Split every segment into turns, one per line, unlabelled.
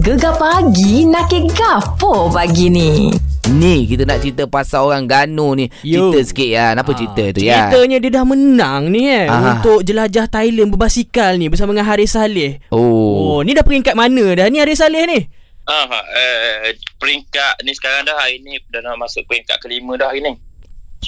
Gegar pagi nak ke gapo pagi ni?
Ni kita nak cerita pasal orang Ganu ni.
Yo.
Cerita sikit ya. Apa
Ah,
cerita tu ya?
Ceritanya dia dah menang ni eh
Ah.
Untuk jelajah Thailand berbasikal ni Bersama dengan Haris Saleh
Oh.
Oh, ni dah peringkat mana dah ni Haris Saleh ni?
Ah, ha, eh, peringkat ni sekarang dah hari ni dah nak masuk peringkat kelima dah hari ni.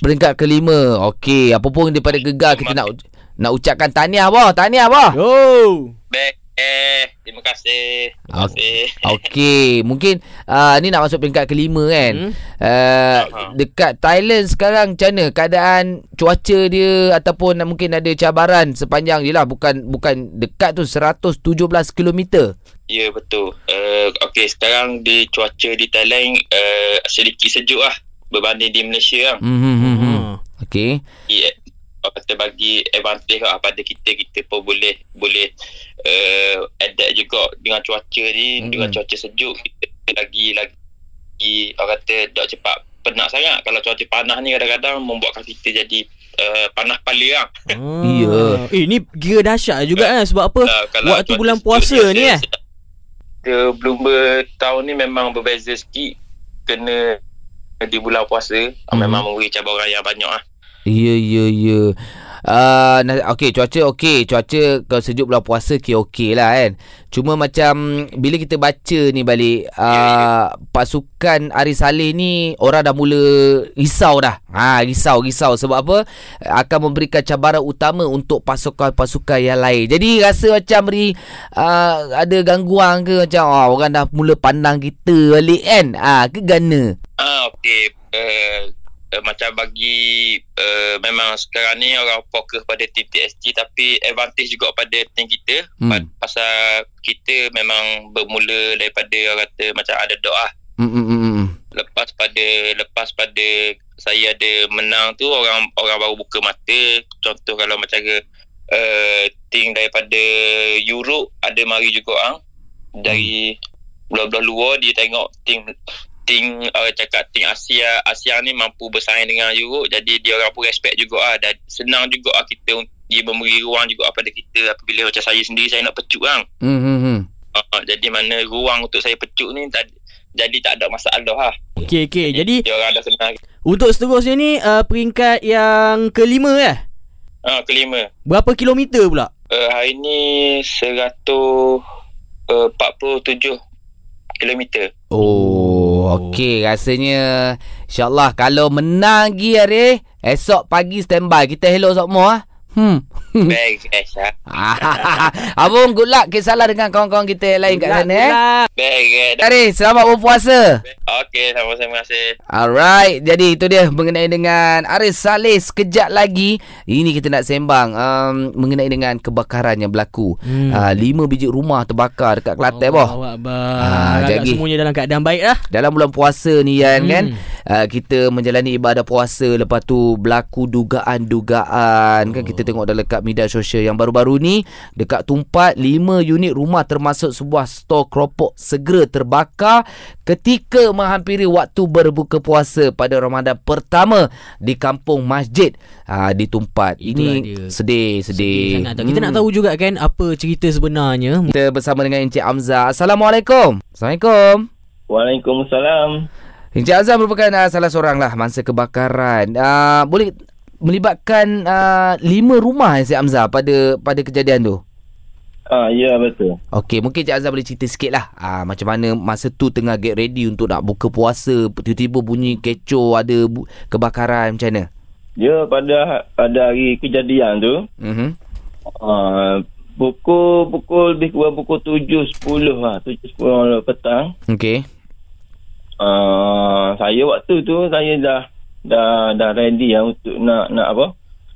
Peringkat kelima. Okey, apa pun daripada gegar kita nak nak ucapkan tahniah bah. Tahniah bah.
Yo.
Baik. Eh, terima kasih. Terima kasih.
Okey, mungkin uh, ni nak masuk peringkat kelima kan. Hmm?
Hmm.
Uh,
Aha.
dekat Thailand sekarang macam mana keadaan cuaca dia ataupun mungkin ada cabaran sepanjang je lah bukan bukan dekat tu 117 km.
Ya, betul. Uh, Okey, sekarang di cuaca di Thailand uh, sedikit sejuk lah berbanding di Malaysia kan.
Hmm hmm hmm. hmm.
Ah.
Okey.
Ya, orang kata bagi advantage lah pada kita kita pun boleh boleh uh, adapt juga dengan cuaca ni
Hmm.
Mm-mm.
mm-hmm. dengan cuaca sejuk kita lagi lagi orang kata tak cepat penat sangat kalau cuaca panas ni kadang-kadang membuatkan kita jadi uh, panas kepala lah.
Ah.
Ya.
Eh ni kira dahsyat juga kan sebab apa?
Uh,
Waktu bulan puasa ni, eh?
Ke Bloomberg tahun ni memang berbeza sikit kena di bulan puasa
Mhm.
Hmm.
mm. memang memberi cabaran yang banyak ah.
Ya, ya, ya. Uh, okay, cuaca okey. Cuaca kalau sejuk bulan puasa, okey, okey lah kan. Cuma macam bila kita baca ni balik, uh,
Ya,
pasukan Ari Saleh ni orang dah mula risau dah. Ha, risau, risau. Sebab apa? Akan memberikan cabaran utama untuk pasukan-pasukan yang lain. Jadi rasa macam ri uh, ada gangguan ke macam oh, orang dah mula pandang kita balik kan. Ah, ha, ke gana.
Ah okey uh, uh, macam bagi uh, memang sekarang ni orang fokus pada tim TSG tapi advantage juga pada tim kita
Hmm.
hmm. pasal kita memang bermula daripada orang kata macam ada doa
Mm mm mm. mm.
lepas pada lepas pada saya ada menang tu orang orang baru buka mata contoh kalau macam ke uh, team daripada Europe ada mari juga ah dari belah-belah luar dia tengok team team uh, cakap team Asia Asia ni mampu bersaing dengan Europe jadi dia orang pun respect juga ah dan senang juga ah kita un- dia memberi ruang juga ah pada kita apabila macam saya sendiri saya nak pecut kan
Mm mm mm.
uh, jadi mana ruang untuk saya pecut ni tak, jadi tak ada masalah ah
Okey okey. Eh, Jadi
dia orang dah kenal
untuk seterusnya ni uh, peringkat yang kelima eh.
Ah, kelima.
Berapa kilometer pula?
Uh, hari ni eh, 147 kilometer.
Oh, okey rasanya insyaallah kalau menang lagi hari esok pagi standby kita hello semua ah. Hmm.
Baik, Aisyah.
Abang good luck kisahlah dengan kawan-kawan kita yang lain kat sana eh.
Baik, eh.
Hari selamat berpuasa.
Okey, sama-sama. Terima kasih.
Alright, jadi itu dia mengenai dengan Aris Saleh sekejap lagi. Ini kita nak sembang um, mengenai dengan kebakaran yang berlaku. Hmm.
Hmm.
Uh, lima biji rumah terbakar dekat Kelantan boh. Ah,
Ah,
jadi.
semuanya dalam keadaan baik lah.
Dalam bulan puasa ni Yan hmm.
Hmm.
kan uh, kita menjalani ibadah puasa lepas tu berlaku dugaan-dugaan kan
Oh.
kita tengok dalam dekat media sosial yang baru-baru ni dekat Tumpat 5 unit rumah termasuk sebuah stor keropok segera terbakar ketika menghampiri waktu berbuka puasa pada Ramadan pertama di kampung masjid uh, di Tumpat.
Itulah
ini
dia.
sedih Hmm. sedih.
Sedih sangat tau. Kita nak tahu juga kan apa cerita sebenarnya.
kita bersama dengan Encik Amza. Assalamualaikum. Assalamualaikum.
Waalaikumsalam.
Encik Azam merupakan uh, salah seorang lah mangsa kebakaran. Uh, boleh melibatkan uh, lima rumah Encik Amza pada pada kejadian tu.
Ah ya betul.
Okey, mungkin Encik Azam boleh cerita sikit lah. Uh, macam mana masa tu tengah get ready untuk nak buka puasa, tiba-tiba bunyi kecoh, ada bu- kebakaran macam mana?
Dia Ya, pada ha- pada hari kejadian tu
Mm-hmm.
uh, pukul pukul lebih kurang pukul 7.10 lah, 7.10 petang.
Okey.
Uh, saya waktu tu saya dah dah dah ready lah untuk nak nak apa?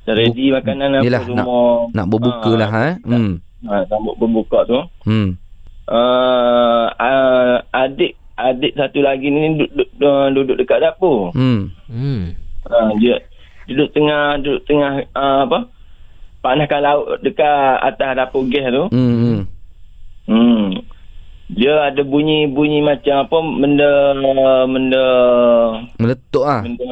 Dah ready makanan apa
yelah, nak-
semua.
Nak
Ah,
berbuka lah. Ha? Hmm.
Ha, sambut berbuka tu.
Hmm.
Uh, uh, adik adik satu lagi ni duduk duduk, duduk dekat dapur.
Hmm.
Hmm.
Ha, dia duduk tengah duduk tengah uh, apa? Panaskan laut dekat atas dapur gas tu.
Hmm. Hmm.
Hmm. Dia ada bunyi-bunyi macam apa benda benda
Meletup lah.
benda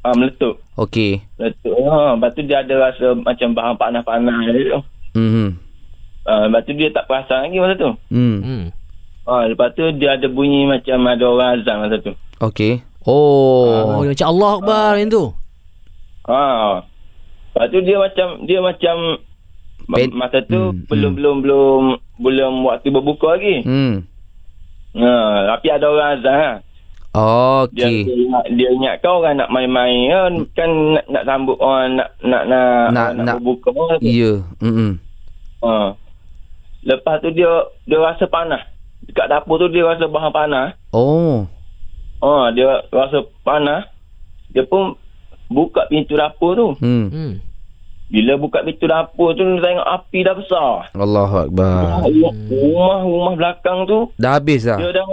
uh, meletup.
Okey.
Meletup. Ha, lepas tu dia ada rasa macam bahan panas-panas dia tu. Ah,
Hmm.
Uh, lepas tu dia tak perasan lagi masa tu.
Hmm.
Hmm.
Ah, lepas tu dia ada bunyi macam ada orang azan masa tu.
Okey. Oh.
Oh, dia macam Allah Akbar macam tu.
Ha. Lepas tu dia macam dia macam
Ben-
ben, masa tu
Hmm, hmm.
hmm, belum, hmm. belum belum belum waktu berbuka lagi. Hmm.
Hmm.
Ha, tapi ada orang azan ha. Dia
Okey.
dia, ingat- dia ingat kau orang nak main-main kan, kan nak, nak sambut orang nak nak nak
Nak-
nak, nak
nak-
berbuka. orang tu.
Ya. Hmm.
Ha. Lepas tu dia dia rasa panas. Dekat dapur tu dia rasa bahan panas.
Oh.
Ha, dia rasa panas. Dia pun buka pintu dapur tu.
Hmm.
Hmm.
Bila buka pintu dapur tu dia tengok api dah besar.
Allahu akbar.
Ah, Rumah- Rumah-rumah belakang tu
Dah habis dah.
dia dah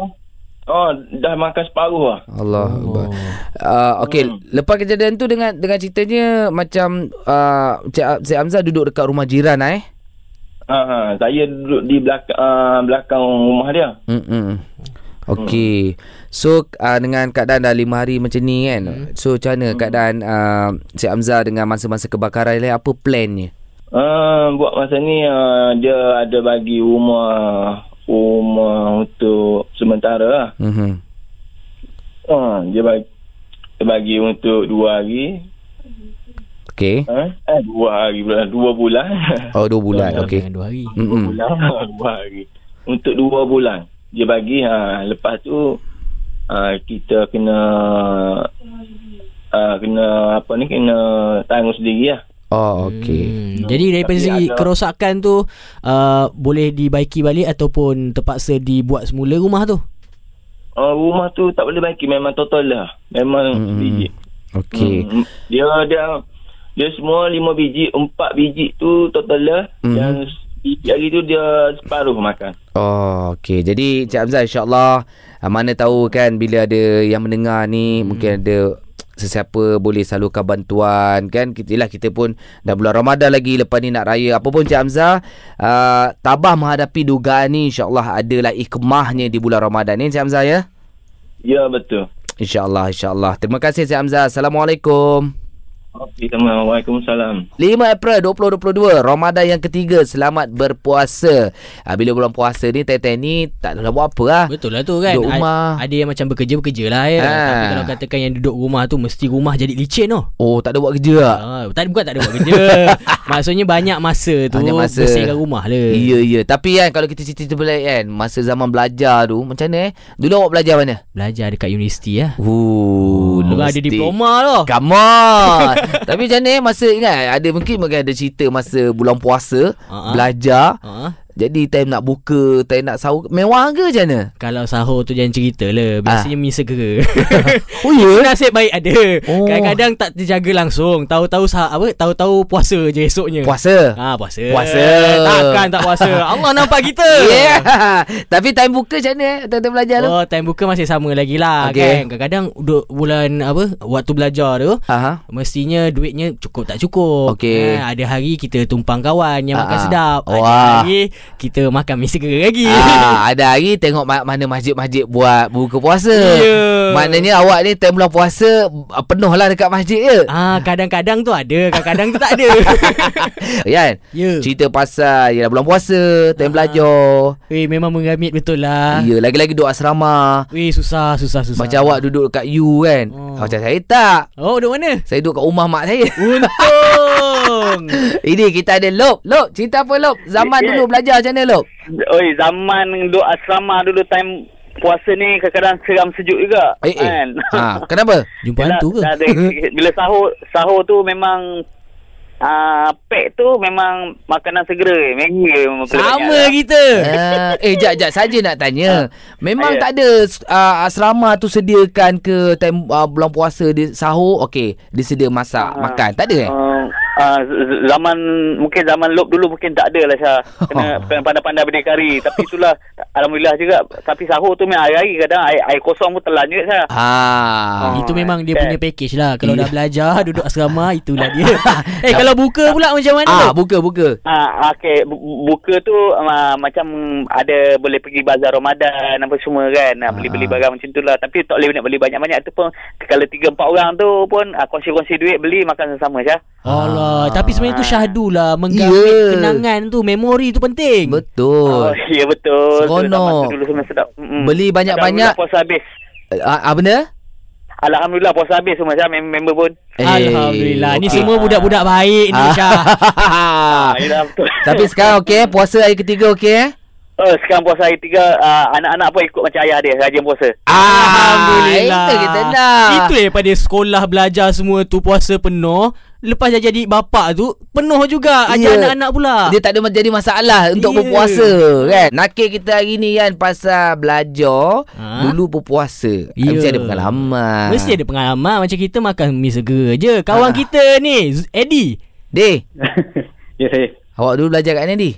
oh, dah makan separuh lah.
Allah Akbar.
Oh.
Uh, okay, lepas kejadian tu dengan dengan ceritanya macam uh, Cik, Cik Hamzah duduk dekat rumah jiran lah, eh.
Ha, ha, saya duduk di belakang uh, belakang rumah dia.
Hmm. Okey. So uh, dengan keadaan dah lima hari macam ni kan. So macam mana keadaan uh, Cik Hamzah dengan masa-masa kebakaran ni apa plannya?
Uh, buat masa ni uh, dia ada bagi rumah rumah untuk sementara lah.
Mhm.
Uh, dia bagi dia bagi untuk dua hari.
Okey.
Ha? Eh, dua hari pula. Dua bulan.
Oh dua bulan. Okey.
Jangan dua hari.
dua
Hmm.
bulan. dua hari. Untuk dua bulan. Dia bagi. Ha, lepas tu ha, kita kena ha, kena apa ni kena tanggung sendiri lah.
Oh okey.
Hmm. Jadi daripada
Tapi
segi
ada-
kerosakan tu uh, boleh dibaiki balik ataupun terpaksa dibuat semula rumah tu.
Uh, rumah tu tak boleh baiki memang total lah. Memang
Hmm.
hmm. biji.
Okey.
Hmm. Dia dia dia semua lima biji, empat biji tu total lah.
Hmm.
Hmm. Yang biji lagi tu dia separuh makan.
Oh, okey. Jadi Cik Hamzah insyaAllah ah, mana tahu kan bila ada yang mendengar ni hmm. mungkin ada sesiapa boleh salurkan bantuan kan kita lah kita pun dah bulan Ramadan lagi lepas ni nak raya apa pun Cik Hamzah uh, tabah menghadapi dugaan ni insyaallah adalah hikmahnya di bulan Ramadan ni Cik Hamzah ya
Ya betul.
insyaallah insyaallah terima kasih Cik Hamzah assalamualaikum
Okey, sama.
5
Waalaikumsalam.
April 2022 Ramadan yang ketiga Selamat berpuasa ha, Bila bulan puasa ni Teteh ni Tak nak buat apa lah
Betul lah tu kan.
Duduk
A-
rumah.
Ada yang macam bekerja-bekerja lah ya.
Ha.
Tapi kalau katakan yang duduk rumah tu mesti rumah jadi licin noh.
Oh tak ada buat kerja tak?
Ah, tak bukan tak ada buat kerja. Maksudnya banyak masa tu
Banyak masa.
bersihkan rumah lah.
Ya ya Tapi kan kalau kita cerita balik kan Masa zaman belajar tu Macam mana eh Dulu awak belajar mana?
Belajar dekat universiti lah.
Ooh,
Orang ada diploma tu.
Come on Tapi macam mana eh Masa ingat Ada mungkin mungkin ada cerita Masa bulan puasa
Ha, ha.
Belajar
Ha?
Jadi time nak buka Time nak sahur Mewah ke macam mana?
Kalau sahur tu jangan cerita lah Biasanya ah. segera
Oh ya
Nasib baik ada
Oh.
oh. Kadang-kadang tak terjaga langsung Tahu-tahu sah apa Tahu-tahu puasa je esoknya
Puasa
Ah puasa.
Puasa.
Takkan tak puasa. Allah nampak kita.
Yeah Tapi time buka macam mana eh Time-time belajar tu
Oh, time buka masih sama lagi
Okay.
lah okay. kan. Kadang-kadang duduk bulan apa waktu belajar tu
Aha.
Mestinya duitnya cukup tak cukup
Okey.
ha, Ada hari kita tumpang kawan
Ah,
yang makan
ah.
sedap Ada
Wah.
hari kita makan mie segera lagi
Ah, ada hari tengok ma- mana masjid-masjid buat buka puasa.
Ya.
Maknanya awak ni time bulan puasa ah, penuh lah dekat masjid je.
Ah, kadang-kadang tu ada, kadang-kadang tu tak ada.
Kan?
Ya. Ah.
Cerita pasal Yelah bulan puasa Time belajar
Weh, memang mengamit betul lah.
Ya lagi-lagi duduk asrama
Weh, susah, susah, susah.
Macam awak duduk dekat U kan
Oh.
Macam saya tak
Oh, duduk mana?
Saya duduk kat rumah mak saya
Untung.
Ini kita ada Lop Lop cerita apa Lop Zaman
Ya.
dulu belajar macam mana Lop
Oi, zaman duduk asrama dulu time puasa ni kadang-kadang seram sejuk juga. kan?
Eh eh ha, Kenapa
Jumpa
Yelah,
hantu ke?
dah ada- bila sahur sahur tu memang uh, pack tu memang makanan segera. Maggi je memang ya.
Sama
kebanyakan.
kita.
Ah, eh jap jap saja nak tanya. Memang
Ya.
tak ada uh, asrama tu sediakan ke time uh, bulan puasa dia sahur okey, dia sedia masak
Ah.
makan. Tak ada eh?
Uh, uh, z- zaman mungkin zaman lop dulu mungkin tak ada lah Syah kena pandai-pandai berdikari tapi itulah alhamdulillah juga tapi sahur tu memang hari-hari kadang air, air kosong pun telan juga Syah
Ha.
Ah.
Itu memang dia
kan.
punya package lah Kalau
Ya.
dah belajar Duduk asrama Itulah dia Eh kalau buka pula macam mana
Ah,
ah, tu?
buka buka.
Ah, okay. Bu- buka tu uh, macam ada boleh pergi bazar Ramadan apa semua kan. Ah, beli-beli
Ah.
barang macam tu lah. Tapi tak boleh nak beli banyak-banyak tu pun. Kalau tiga empat orang tu pun ah, kongsi-kongsi duit beli makan sama-sama Syah.
Alah Ah, tapi sebenarnya tu syahdu lah menggamit
Ya.
kenangan tu, memori tu penting.
Oh, hmm.
Betul.
ya betul.
Seronok.
Zaman tu Dulu semua sedap. Mm-mm.
Beli banyak-banyak.
Alhamdulillah puasa habis.
Ah, ah, benda?
Alhamdulillah puasa habis semua saya mem- member pun.
Alhamdulillah.
eh,
Ni
okey.
semua budak-budak baik ni Syah.
Ah, yelah betul.
Tapi sekarang okey, puasa hari ketiga okey eh?
Oh, sekarang puasa hari tiga ah, anak-anak pun ikut macam ayah dia rajin puasa.
Ah, Itu kita nak.
Itu daripada sekolah belajar semua tu puasa penuh, lepas dah jadi bapa tu penuh juga
Ya.
ajar anak-anak pula.
Dia tak ada menjadi masalah untuk
Ya.
yeah. berpuasa kan. Nakir kita hari ni kan pasal belajar
Ha?
ha? dulu berpuasa.
Ya.
Yeah. Mesti ada pengalaman.
Mesti ada pengalaman macam kita makan mi segera je. Kawan
Ah.
kita ni Z- Eddie.
Deh,
ya saya.
awak dulu belajar kat mana di?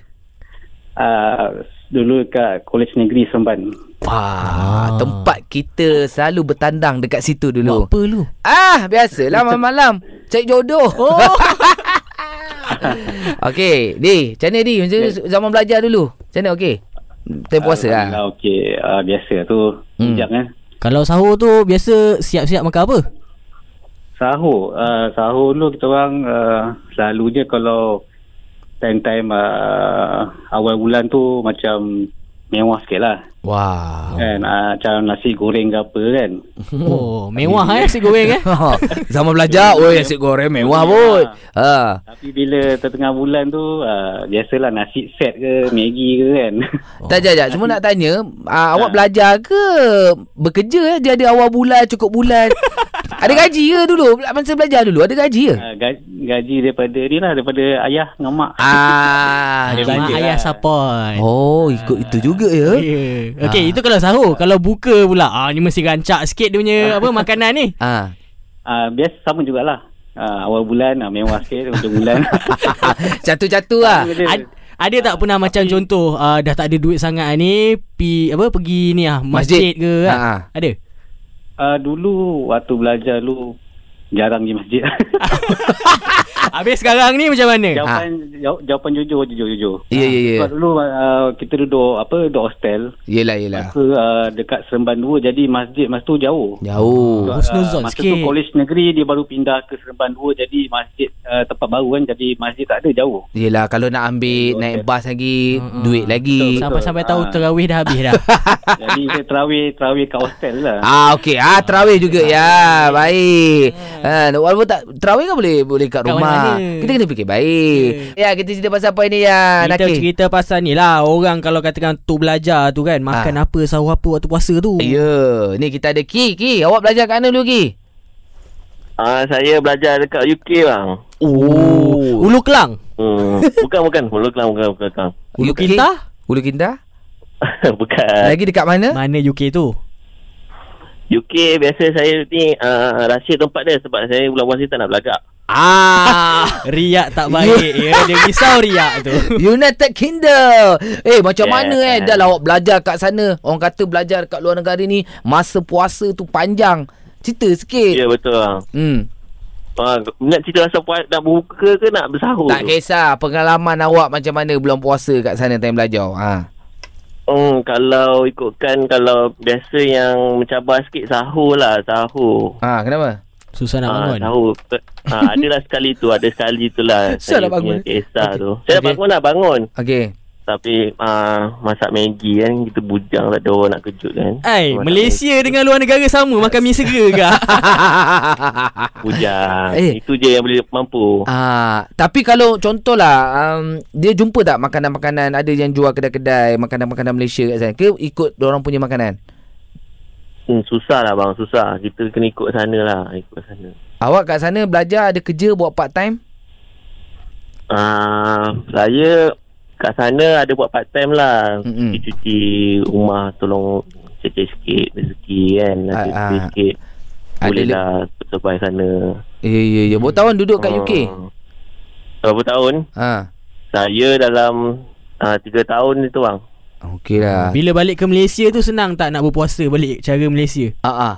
Uh, dulu kat Kolej Negeri Seremban.
Ah.
Wah, tempat kita selalu bertandang dekat situ
Buat
dulu.
apa lu?
Ah, biasalah malam-malam cari jodoh. Oh. Okey, Di, macam mana Di? Macam mana zaman belajar dulu? Macam mana okey? Time puasa lah.
Alhamdulillah, Okey, uh, biasa tu.
Hmm.
Hmm. Hujang eh.
Kalau sahur tu biasa siap-siap makan apa?
Sahur. Uh, sahur dulu kita orang uh, selalu je kalau time-time uh, awal bulan tu macam mewah sikit lah.
Wah.
Kan, uh, macam nasi goreng ke apa kan.
Oh, mewah eh nasi goreng eh.
Zaman Ha, belajar Oi nasi goreng mewah pun ha.
Tapi bila tertengah bulan tu, uh, biasalah nasi set ke, Maggi ke kan.
Tak jap jap Cuma nak tanya uh, Awak belajar ke Bekerja eh Dia ada awal bulan Cukup bulan Ada gaji ke dulu Bela- Masa belajar dulu Ada gaji ke
Ya.
uh, gaji, gaji daripada ni lah, daripada ayah dengan mak.
Ah
Ada
Mak
belanja
ayah
lah.
support.
Oh ikut itu juga ya
Yeah. Okey,
Ah.
itu kalau sahur. Kalau buka pula, ah ni mesti rancak sikit dia punya apa makanan ni.
Ah,
Ah, biasa sama jugalah. Ah, awal bulan ah, mewah sikit hujung bulan.
Jatuh-jatuh lah
Ad, ada tak pernah macam contoh uh, dah tak ada duit sangat ni pi apa pergi ni ah
Masjid.
masjid, ke ah?
Ha, ha.
Ada.
Ah, dulu waktu belajar dulu jarang pergi masjid.
Habis sekarang ni macam mana?
Ah.
jawapan jaw- jawapan jujur jujur jujur.
Ya ya ya
Sebab dulu ah, kita duduk apa duduk hostel.
Yelah yelah
Masa ah, dekat Seremban 2 jadi masjid masa tu
Ya.
jauh.
Jauh
Ah,
Husnuzon
masa
sikit.
tu kolej negeri dia baru pindah ke Seremban 2 jadi masjid ah, tempat baru kan jadi masjid tak ada jauh.
Yelah kalau nak ambil Naik bas lagi
Mm-mm.
Duit lagi
Sampai sampai
Betul.
tahu
Ah.
terawih dah habis dah.
jadi saya terawih terawih kat hostel lah.
Ah okey. Ah tarawih juga ya. Baik. Ha walaupun tak tarawih kan boleh boleh kat
Kat
rumah.
mana-mana.
Kita kena fikir baik. Ya kita cerita pasal apa ni ya
Kita
Nakir.
cerita pasal ni lah Orang kalau katakan tu belajar tu kan Makan apa, sahur apa waktu puasa tu
Ah. Ya, ni kita ada Ki. Ki, awak belajar kat mana dulu Ki?
Ah, saya belajar dekat UK bang.
Oh. Ulu Kelang
Hmm. bukan bukan, Hulu Kelang bukan bukan. Kelang.
Ulu
UK?
Kinta
Ulu Kinta?
bukan.
Lagi dekat mana?
Mana UK tu
UK biasa saya ni uh, rahsia tempat dia sebab saya bulan puasa tak nak belagak.
Ah.
Riak tak baik ya Dia risau riak tu
United Kingdom. Eh macam
Yeah.
mana eh dah awak belajar kat sana. Orang kata belajar kat luar negara ni masa puasa tu panjang. Cerita
Ya
Eh.
sikit.
betul bang.
Hmm.
Ah, nak cerita pasal puas nak buka ke nak bersahur?
Tak
tu?
kisah pengalaman awak macam mana belum puasa kat sana time belajar. Ha.
Hmm, kalau ikutkan kalau biasa yang mencabar sikit sahur lah, sahur.
Ha, kenapa?
Susah nak
Ah,
bangun
sahur. Ah, adalah sekali tu, ada sekali tu lah.
Susah
saya
nak bangun.
punya Kisah
Okey.
tu. Saya
Okey.
okay. bangun lah, bangun.
Okey.
Tapi uh, masak Maggi kan Kita bujang tak ada orang nak kejut kan
Eh,
Masak
Malaysia dengan luar negara sama Makan mi segera ke Ah,
Maggi, Bujang
Eh.
eh. Itu je yang boleh mampu
Ah, tapi kalau contohlah um, dia jumpa tak makanan-makanan ada yang jual kedai-kedai makanan-makanan Malaysia kat sana ke ikut orang punya makanan?
hmm, Susah lah bang Susah Kita kena ikut sana lah Ikut sana
Awak kat sana belajar ada kerja buat part time?
uh, Saya Kat sana ada buat part time lah
Mm-mm.
Cuci-cuci rumah Tolong Cek-cek sikit Rezeki kan
Ah,
Ada
ah.
sikit Boleh
Ada le-
lah Survive sana
Ya ya ya. Berapa tahun duduk kat UK?
Ah. Berapa tahun?
Ha.
Saya dalam uh, Tiga tahun itu bang
Okey lah.
Bila balik ke Malaysia tu senang tak nak berpuasa balik cara Malaysia?
Ha ah.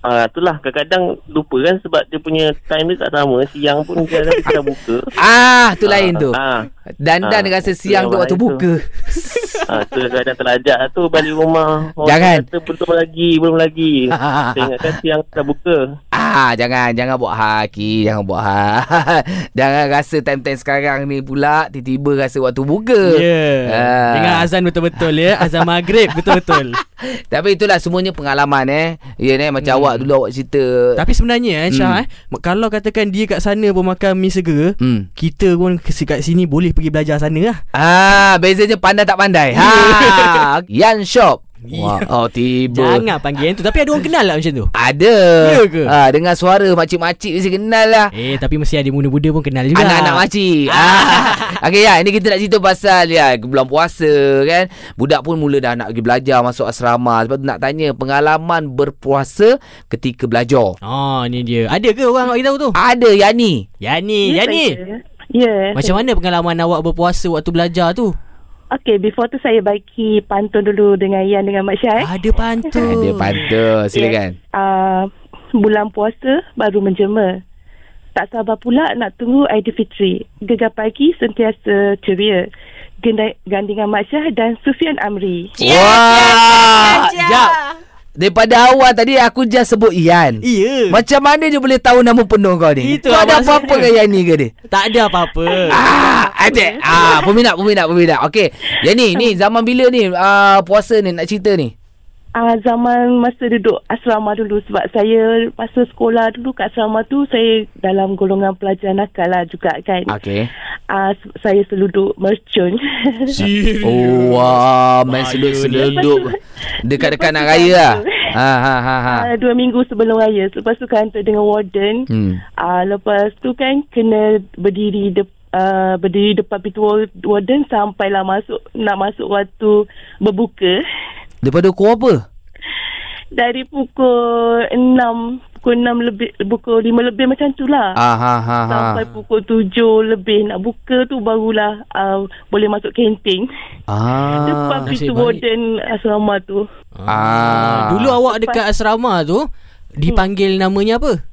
Ah, itulah kadang-kadang lupa kan sebab dia punya time dia tak sama. Siang pun kadang-kadang kita buka.
Ah, tu lain tu.
Ah,
Dandan
Ah,
rasa siang tu
yang
waktu
lain tu.
buka.
ha, tu kadang terlajak lah tu balik rumah Orang
Jangan.
kata belum lagi Belum lagi Saya ingatkan siang dah buka
Ah, jangan jangan buat haki, jangan buat ha. jangan rasa time-time sekarang ni pula tiba-tiba rasa waktu buka.
Yeah.
Ya. Ah.
Ya. Dengar azan betul-betul ya. Azan maghrib betul-betul.
Tapi itulah semuanya pengalaman eh. Ya yeah, macam awak dulu awak cerita.
Hmm. Tapi sebenarnya eh Syah eh, kalau katakan dia kat sana pun makan mi segera,
hmm.
kita pun ke- kat sini boleh pergi belajar sana lah.
Ah, bezanya pandai tak pandai. Ha. Yan Shop. Wah,
Ya.
oh tiba.
Jangan panggil yang tu. Tapi ada orang kenal lah macam tu.
Ada.
Ya ke?
Ah, dengar suara makcik-makcik mesti kenal lah.
Eh tapi mesti ada muda-muda pun kenal juga.
Anak-anak makcik ah. Okay ya Ini kita nak cerita pasal ya, Bulan puasa kan Budak pun mula dah nak pergi belajar Masuk asrama Sebab tu nak tanya Pengalaman berpuasa Ketika belajar
Oh ni dia. Ada ke orang nak bagi tahu tu?
Ada Yani
Yani, Yani.
Ya.
Macam mana pengalaman awak berpuasa waktu belajar tu?
Okey, before tu saya baiki pantun dulu dengan Ian dengan Mak Syah. Eh.
Ada pantun.
Ada pantas Silakan
Uh, bulan puasa baru menjema. Tak sabar pula nak tunggu Aidilfitri. Gegar pagi sentiasa ceria. Genda- Gandingan Mak Syah dan Sufian Amri.
Wah Jap Daripada awal tadi Aku just sebut Ian
Iya.
Macam mana dia boleh tahu Nama penuh kau ni
Itu
Kau
lah
ada
maksud
apa-apa
dia.
dengan Yani ke dia
tak ada apa-apa.
Ah, ada. Ah, peminat, peminat, peminat. Okey. Yani, ni zaman bila ni ah, puasa ni nak cerita ni?
Uh, zaman masa duduk asrama dulu sebab saya masa sekolah dulu kat asrama tu saya dalam golongan pelajar nakal lah juga kan.
Okey.
Uh, saya seluduk mercun.
Serius.
Oh, wah, main
Bahaya
seleduk-seleduk dekat-dekat nak raya lah. Ha ha ha ha.
Uh, dua minggu sebelum raya. Lepas tu kantor dengan warden.
Hmm.
Uh, lepas tu kan kena berdiri de- uh, berdiri depan pintu wa- warden sampailah masuk nak masuk waktu berbuka
Daripada kau apa?
dari pukul 6 pukul 6 lebih pukul 5 lebih macam tu lah.
Ah, ha ha ha.
Sampai pukul 7 lebih nak buka tu barulah uh, boleh masuk kantin.
Ah.
Depan
nasib
pintu
baik.
warden asrama tu.
Ah.
Dulu awak dekat asrama tu dipanggil namanya apa?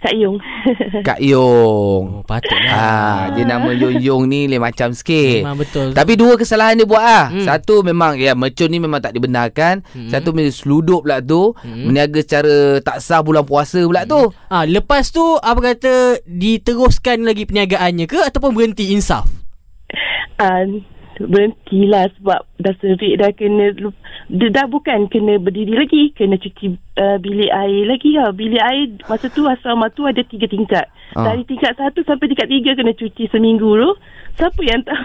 Kak Yung.
Kak Yong.
Oh, patutlah.
Ah, dia nama Yong Yong ni lain macam sikit.
Memang betul.
Tapi dua kesalahan dia buat ah. Hmm.
Hmm.
Satu memang ya mercun ni memang tak dibenarkan. Hmm.
Hmm.
Satu dia seluduk pula tu, hmm. meniaga secara tak sah bulan puasa pula tu.
Ah, lepas tu apa kata diteruskan lagi perniagaannya ke ataupun berhenti insaf?
uh, berhentilah sebab dah serik dah kena lu- dia dah bukan kena berdiri lagi kena cuci uh, bilik air lagi lah bilik air masa tu asrama tu ada tiga tingkat
Ah.
ah. dari tingkat satu sampai tingkat tiga kena cuci seminggu tu siapa yang tak
Ah.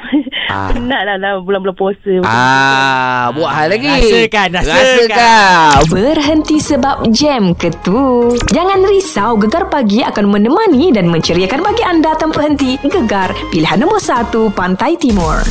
ah. penat lah dalam bulan-bulan puasa
Ah, buat hal lagi.
Hmm. Rasakan, rasakan.
Rasakan.
Berhenti sebab jam ke tu. Jangan risau, Gegar Pagi akan menemani dan menceriakan bagi anda tanpa henti. Gegar, pilihan nombor 1 Pantai Timur.